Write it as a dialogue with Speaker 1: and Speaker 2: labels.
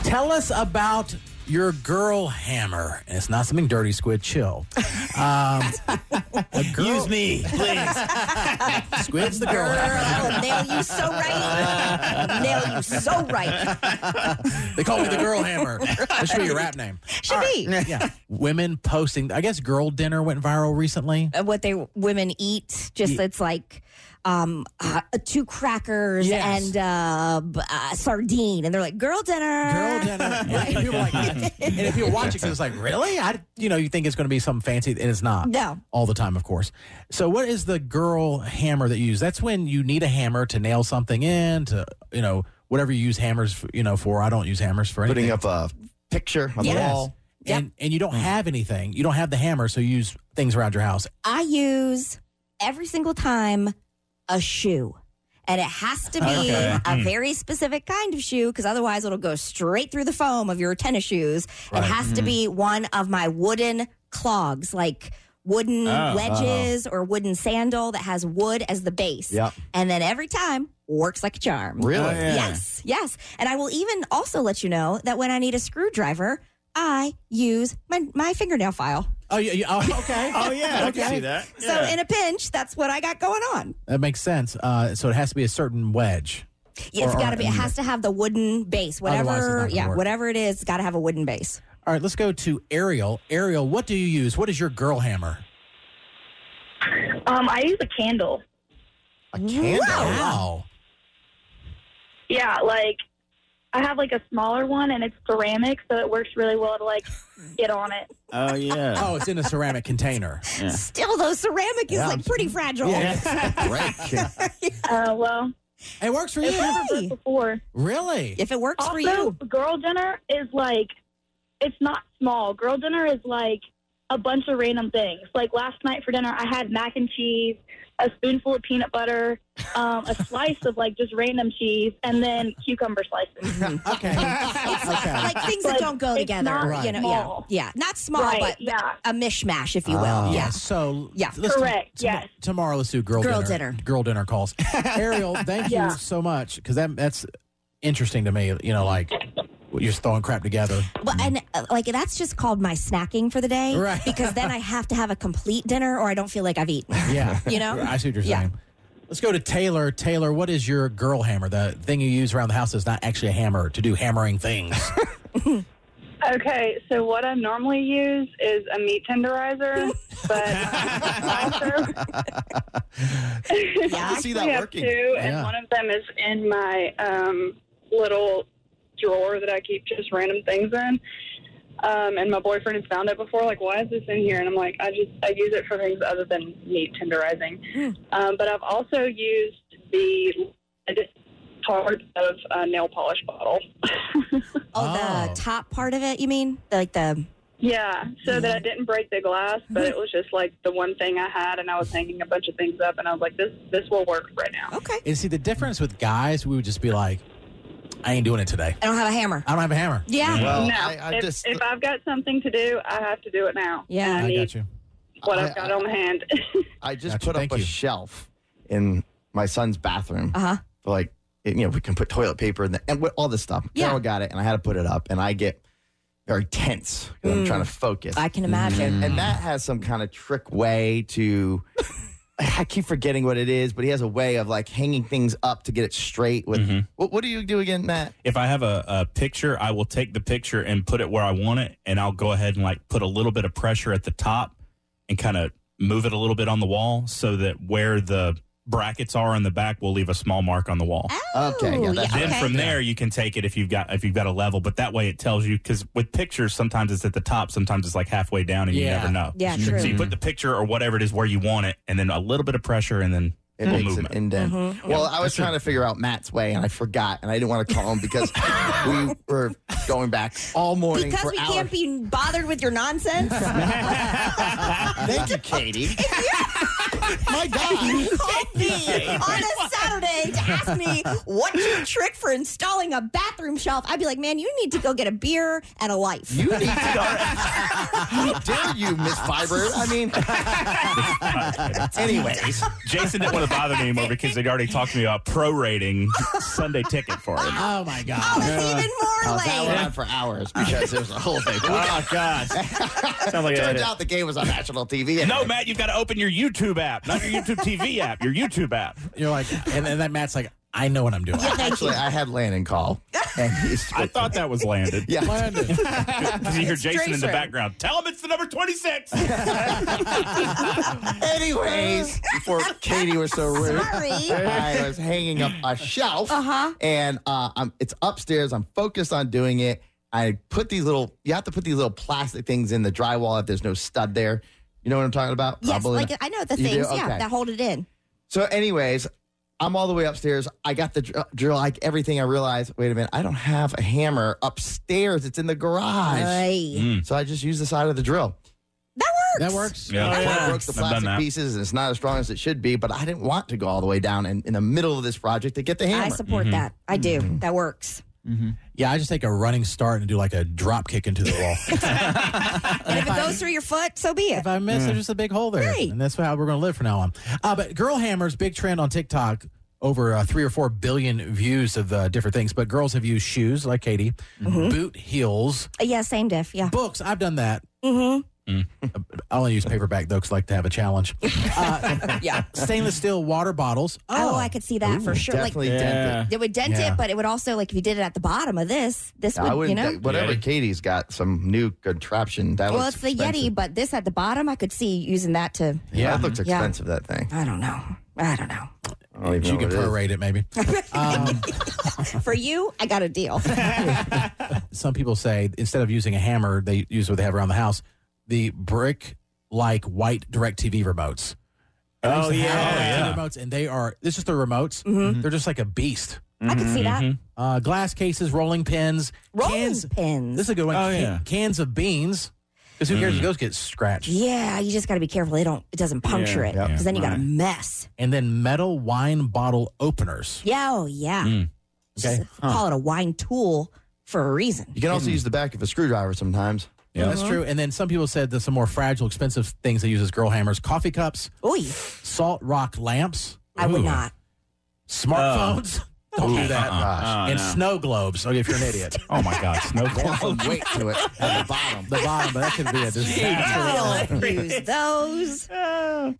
Speaker 1: Tell us about your girl hammer. And it's not something dirty, Squid. Chill. Um, a girl,
Speaker 2: Use me, please.
Speaker 1: Squid's the girl hammer.
Speaker 3: I will Oh, nail you so right. nail you so right.
Speaker 1: They call me the girl hammer. That should be your rap name.
Speaker 3: Should be.
Speaker 1: Yeah. Women posting. I guess girl dinner went viral recently.
Speaker 3: Uh, What they women eat, just
Speaker 1: Ye-
Speaker 3: it's like um, uh, two crackers
Speaker 1: Yes.
Speaker 3: and uh, b- uh, sardine, and they're like girl dinner.
Speaker 1: Girl dinner. And people are like, and if you're watching, it's like, really? I, you know, you think it's going to be some fancy, and it's not.
Speaker 3: No.
Speaker 1: all the time, of course. So, what is the girl hammer that you use? That's when you need a hammer to nail something in, to you know, whatever you use hammers, for, you know, for. I don't use hammers for anything.
Speaker 2: Putting up a picture on the
Speaker 3: Yes.
Speaker 2: wall. Hmm.
Speaker 3: Yep.
Speaker 1: And and you don't have anything. You don't have the hammer, so you use things around your house.
Speaker 3: I use every single time a shoe. And it has to be
Speaker 2: Okay.
Speaker 3: a very specific kind of shoe because otherwise it'll go straight through the foam of your tennis shoes.
Speaker 1: Right.
Speaker 3: It has to be one of my wooden clogs, like wooden
Speaker 4: Oh,
Speaker 3: wedges or wooden sandal that has wood as the base.
Speaker 2: Yep.
Speaker 3: And then every time works like a charm.
Speaker 2: Really?
Speaker 4: Oh, yeah.
Speaker 3: Yes, yes. And I will even also let you know that when I need a screwdriver, I use my, my fingernail file.
Speaker 1: Oh, yeah, yeah, oh, okay.
Speaker 4: Oh yeah, I
Speaker 1: Okay.
Speaker 4: can see that.
Speaker 3: So
Speaker 4: Yeah.
Speaker 3: in a pinch, that's what I got going on.
Speaker 1: that makes sense. Uh, so it has to be a certain wedge.
Speaker 3: Yeah, it's
Speaker 1: Or-
Speaker 3: got
Speaker 1: or-
Speaker 3: to be. It has to have the wooden base.
Speaker 1: Otherwise it's not
Speaker 3: Whatever.
Speaker 1: gonna
Speaker 3: Yeah,
Speaker 1: work.
Speaker 3: whatever it is, it's got to have a wooden base.
Speaker 1: All right, let's go to Ariel. Ariel, what do you use? What is your girl hammer?
Speaker 5: Um, I use a candle.
Speaker 2: A candle.
Speaker 1: Wow.
Speaker 5: Yeah, like I have like a smaller one and it's ceramic, so it works really well to like get on it.
Speaker 4: oh yeah.
Speaker 1: Oh, it's in a ceramic container.
Speaker 4: Yeah.
Speaker 3: Still, though, ceramic is
Speaker 2: Yeah.
Speaker 3: like pretty fragile.
Speaker 2: Great.
Speaker 5: Uh, well,
Speaker 1: It works for
Speaker 3: It's
Speaker 1: you.
Speaker 3: never-
Speaker 5: I've heard before.
Speaker 1: Really?
Speaker 3: If it works
Speaker 5: also,
Speaker 3: for you,
Speaker 5: girl dinner is like it's not small. Girl dinner is like a bunch of random things. Like last night for dinner, I had mac and cheese, a spoonful of peanut butter, um, a slice of like just random cheese, and then cucumber slices.
Speaker 1: Okay.
Speaker 3: it's like,
Speaker 1: okay.
Speaker 3: like things that
Speaker 5: Like,
Speaker 3: don't go
Speaker 5: it's
Speaker 3: together.
Speaker 5: not
Speaker 3: You know,
Speaker 5: small.
Speaker 3: yeah, yeah, not small,
Speaker 5: right?
Speaker 3: but
Speaker 5: yeah.
Speaker 3: a mishmash, if you will.
Speaker 2: Ah.
Speaker 3: yeah.
Speaker 1: Yes. Uh, So
Speaker 3: Yeah.
Speaker 1: let's do-
Speaker 5: Correct,
Speaker 1: tomo-
Speaker 5: yes.
Speaker 1: Tomorrow, let's do girl,
Speaker 3: Girl
Speaker 1: dinner.
Speaker 3: dinner.
Speaker 1: Girl dinner calls. Ariel, thank
Speaker 5: Yeah.
Speaker 1: you so much because that that's interesting to me. You know, like you're just throwing crap together.
Speaker 3: Well, and uh, like that's just called my snacking for the day,
Speaker 1: Right.
Speaker 3: Because then I have to have a complete dinner, or I don't feel like I've eaten.
Speaker 1: Yeah.
Speaker 3: You know?
Speaker 1: I see what you're
Speaker 3: Yeah.
Speaker 1: saying. Let's go to Taylor. Taylor, what is your girl hammer? The thing you use around the house is not actually a hammer to do hammering things.
Speaker 6: Okay, so what I normally use is a meat tenderizer, but I
Speaker 2: I can see that
Speaker 6: actually have
Speaker 2: working.
Speaker 6: two,
Speaker 1: Yeah.
Speaker 6: and one of them is in my um, little drawer that I keep just random things in. Um, and my boyfriend has found it before, like, why is this in here? And I'm like, I just I use it for things other than meat tenderizing. Um, but I've also used the lid part of a nail polish bottle.
Speaker 3: oh,
Speaker 1: Oh.
Speaker 3: the top part of it, you mean? Like the
Speaker 6: Yeah, so that I didn't break the glass, but it was just like the one thing I had, and I was hanging a bunch of things up, and I was like, this this will work right now.
Speaker 3: okay,
Speaker 1: and see, the difference with guys, we would just be like, I ain't doing it today.
Speaker 3: I don't have a hammer.
Speaker 1: I don't have a hammer.
Speaker 3: Yeah,
Speaker 2: Well,
Speaker 6: no,
Speaker 2: Oh, I, I
Speaker 6: if,
Speaker 2: just
Speaker 6: if I've got something to do, I have to do it now.
Speaker 3: Yeah.
Speaker 6: And I
Speaker 1: I
Speaker 6: need
Speaker 1: got you.
Speaker 6: what I,
Speaker 2: I-
Speaker 6: have got on hand.
Speaker 2: I just
Speaker 1: Gotcha.
Speaker 2: put up
Speaker 1: Thank
Speaker 2: a
Speaker 1: you.
Speaker 2: shelf in my son's bathroom.
Speaker 1: Uh,
Speaker 3: Uh-huh.
Speaker 2: For like you know, we can put toilet paper in the, and wh- all this stuff.
Speaker 3: Yeah.
Speaker 2: Carol got it, and I had to put it up, and I get very tense because I'm
Speaker 3: Mm.
Speaker 2: trying to focus.
Speaker 3: I can imagine.
Speaker 2: and that has some kind of trick way to. I keep forgetting what it is, but he has a way of like hanging things up to get it straight. With
Speaker 4: Mm-hmm.
Speaker 2: what, what do you do again, Matt?
Speaker 4: If I have a, a picture, I will take the picture and put it where I want it, and I'll go ahead and like put a little bit of pressure at the top and kind of move it a little bit on the wall so that where the brackets are in the back will leave a small mark on the wall.
Speaker 2: Mm-hmm.
Speaker 3: Oh,
Speaker 2: Okay, yeah, that's-
Speaker 4: Then
Speaker 3: okay.
Speaker 4: from there you can take it if you've got if you've got a level, but that way it tells you because with pictures sometimes it's at the top, sometimes it's like halfway down, and you
Speaker 1: Yeah.
Speaker 4: never know.
Speaker 3: Yeah,
Speaker 4: so
Speaker 3: true.
Speaker 4: you put the picture or whatever it is where you want it, and then a little bit of pressure, and then
Speaker 2: It
Speaker 4: Little
Speaker 2: makes
Speaker 4: movement.
Speaker 2: an indent.
Speaker 3: Mhm.
Speaker 2: Well, I was trying to figure out Matt's way, and I forgot, and I didn't want to call him because we were going back all morning
Speaker 3: because
Speaker 2: for
Speaker 3: we
Speaker 2: hours.
Speaker 3: can't be bothered with your nonsense.
Speaker 2: Thank you, Katie. My God.
Speaker 3: Call me on a Saturday to ask me what's your trick for installing a bathroom shelf, I'd be like, man, you need to go get a beer and a life.
Speaker 2: You need to go. How dare you, Miss Fiber? I mean, anyways,
Speaker 4: Jason didn't want to bother me anymore because they'd already talked to me about prorating Sunday ticket for him.
Speaker 1: Oh my god.
Speaker 3: oh, it's even more
Speaker 2: oh, that went
Speaker 3: lame.
Speaker 2: on for hours because there was a whole thing.
Speaker 4: gosh. Sounds like
Speaker 2: Turns out the game was on national TV.
Speaker 4: No, Matt, you've got to open your YouTube app, not your YouTube TV app, your YouTube app.
Speaker 1: You're like, and, and then Matt's like, I know what I'm doing.
Speaker 2: Actually, I had Landon call. And he's
Speaker 4: I thought that was landed.
Speaker 2: yeah.
Speaker 1: Landon.
Speaker 4: Because you hear Jason in the
Speaker 3: Jason.
Speaker 4: background. Tell him it's the number 26.
Speaker 2: Anyways, before Katie was so rude,
Speaker 3: Sorry.
Speaker 2: I was hanging up a shelf,
Speaker 3: Uh-huh.
Speaker 2: and uh, I'm, it's upstairs. I'm focused on doing it. I put these little. You have to put these little plastic things in the drywall if there's no stud there. You know what I'm talking about?
Speaker 3: Yes, like I know the
Speaker 2: You do?
Speaker 3: things, yeah,
Speaker 2: Okay.
Speaker 3: that hold it in.
Speaker 2: So, anyways, I'm all the way upstairs. I got the dr- drill, like everything. I realized, wait a minute, I don't have a hammer upstairs. It's in the garage.
Speaker 3: Aye.
Speaker 4: Mm.
Speaker 2: So I just used the side of the drill.
Speaker 3: That works.
Speaker 1: That works.
Speaker 4: Yeah.
Speaker 2: I
Speaker 4: Oh, yeah.
Speaker 2: broke the
Speaker 4: I've done
Speaker 2: plastic
Speaker 4: that.
Speaker 2: pieces, and it's not as strong as it should be. But I didn't want to go all the way down in, in the middle of this project to get the hammer. Mm-hmm.
Speaker 3: I support that. I do. That works.
Speaker 1: Yeah, I just take a running start and do like a drop kick into the wall.
Speaker 3: And if it goes through your foot, so be it.
Speaker 1: if I miss, there's just a big hole there,
Speaker 3: Right.
Speaker 1: and that's how we're going to live from now on. Uh, but girl hammers, big trend on TikTok. Over uh, three or four billion views of uh, different things, but girls have used shoes like Katie, boot heels,
Speaker 3: Yeah, same diff. Yeah.
Speaker 1: books. I've done that.
Speaker 3: hmm
Speaker 1: I only use paperback though, because I like to have a challenge. Uh,
Speaker 3: Yeah.
Speaker 1: stainless steel water bottles.
Speaker 3: Oh, I could see that for sure. Like
Speaker 2: Definitely dent
Speaker 3: it would dent
Speaker 1: Yeah.
Speaker 3: it, but it would also like if you did it at the bottom of this, this
Speaker 2: it. I
Speaker 3: would
Speaker 2: would
Speaker 3: you know.
Speaker 2: whatever
Speaker 4: Yeah.
Speaker 2: Katie's got some new contraption. That
Speaker 3: well,
Speaker 2: looks
Speaker 3: it's the
Speaker 2: expensive.
Speaker 3: Yeti, but this at the bottom, I could see using that to.
Speaker 2: Yeah, that looks
Speaker 3: Yeah.
Speaker 2: expensive. That thing.
Speaker 3: I don't know. I don't know.
Speaker 2: I don't even
Speaker 1: you
Speaker 2: know
Speaker 1: can
Speaker 2: what it is.
Speaker 1: prorate it, maybe. um,
Speaker 3: For you, I got a deal.
Speaker 1: some people say instead of using a hammer, they use what they have around the house, the brick like white direct TV remotes. And I used
Speaker 4: Oh,
Speaker 1: to have
Speaker 4: yeah.
Speaker 1: Direct
Speaker 4: Oh, yeah. Mm-hmm.
Speaker 1: TV remotes, and they are this is their remotes. They're just like a beast.
Speaker 3: I could see that.
Speaker 4: Mhm.
Speaker 1: Uh, glass cases, rolling pins,
Speaker 3: Rolling
Speaker 1: cans.
Speaker 3: pins.
Speaker 1: This is a good one.
Speaker 4: Oh,
Speaker 1: Ca-
Speaker 4: yeah. Mm-hmm.
Speaker 1: Cans of beans. Because who cares if those get scratched?
Speaker 3: yeah, you just got to be careful. They don't. It doesn't puncture it
Speaker 4: yeah,
Speaker 3: because then you got a
Speaker 4: right.
Speaker 3: mess.
Speaker 1: And then metal wine bottle openers.
Speaker 3: Yeah. Oh yeah.
Speaker 4: Mm.
Speaker 3: Just
Speaker 1: Okay.
Speaker 3: Call it a wine tool for a reason.
Speaker 2: You can also use the back of a screwdriver sometimes.
Speaker 4: Yeah. Uh-huh.
Speaker 1: That's true. And then some people said that some more fragile, expensive things they use as girl hammers coffee cups,
Speaker 3: Oy,
Speaker 1: salt rock lamps,
Speaker 3: I would
Speaker 4: Ooh.
Speaker 3: not.
Speaker 1: smartphones. Don't do that.
Speaker 4: Oh. Uh-uh.
Speaker 1: and
Speaker 4: Oh, no.
Speaker 1: snow globes. Okay, if you're an idiot,
Speaker 4: Oh, my God. Snow
Speaker 2: Add some
Speaker 4: globes.
Speaker 2: weight to it at the bottom.
Speaker 1: the bottom, but that could be a disaster.
Speaker 3: Don't use those.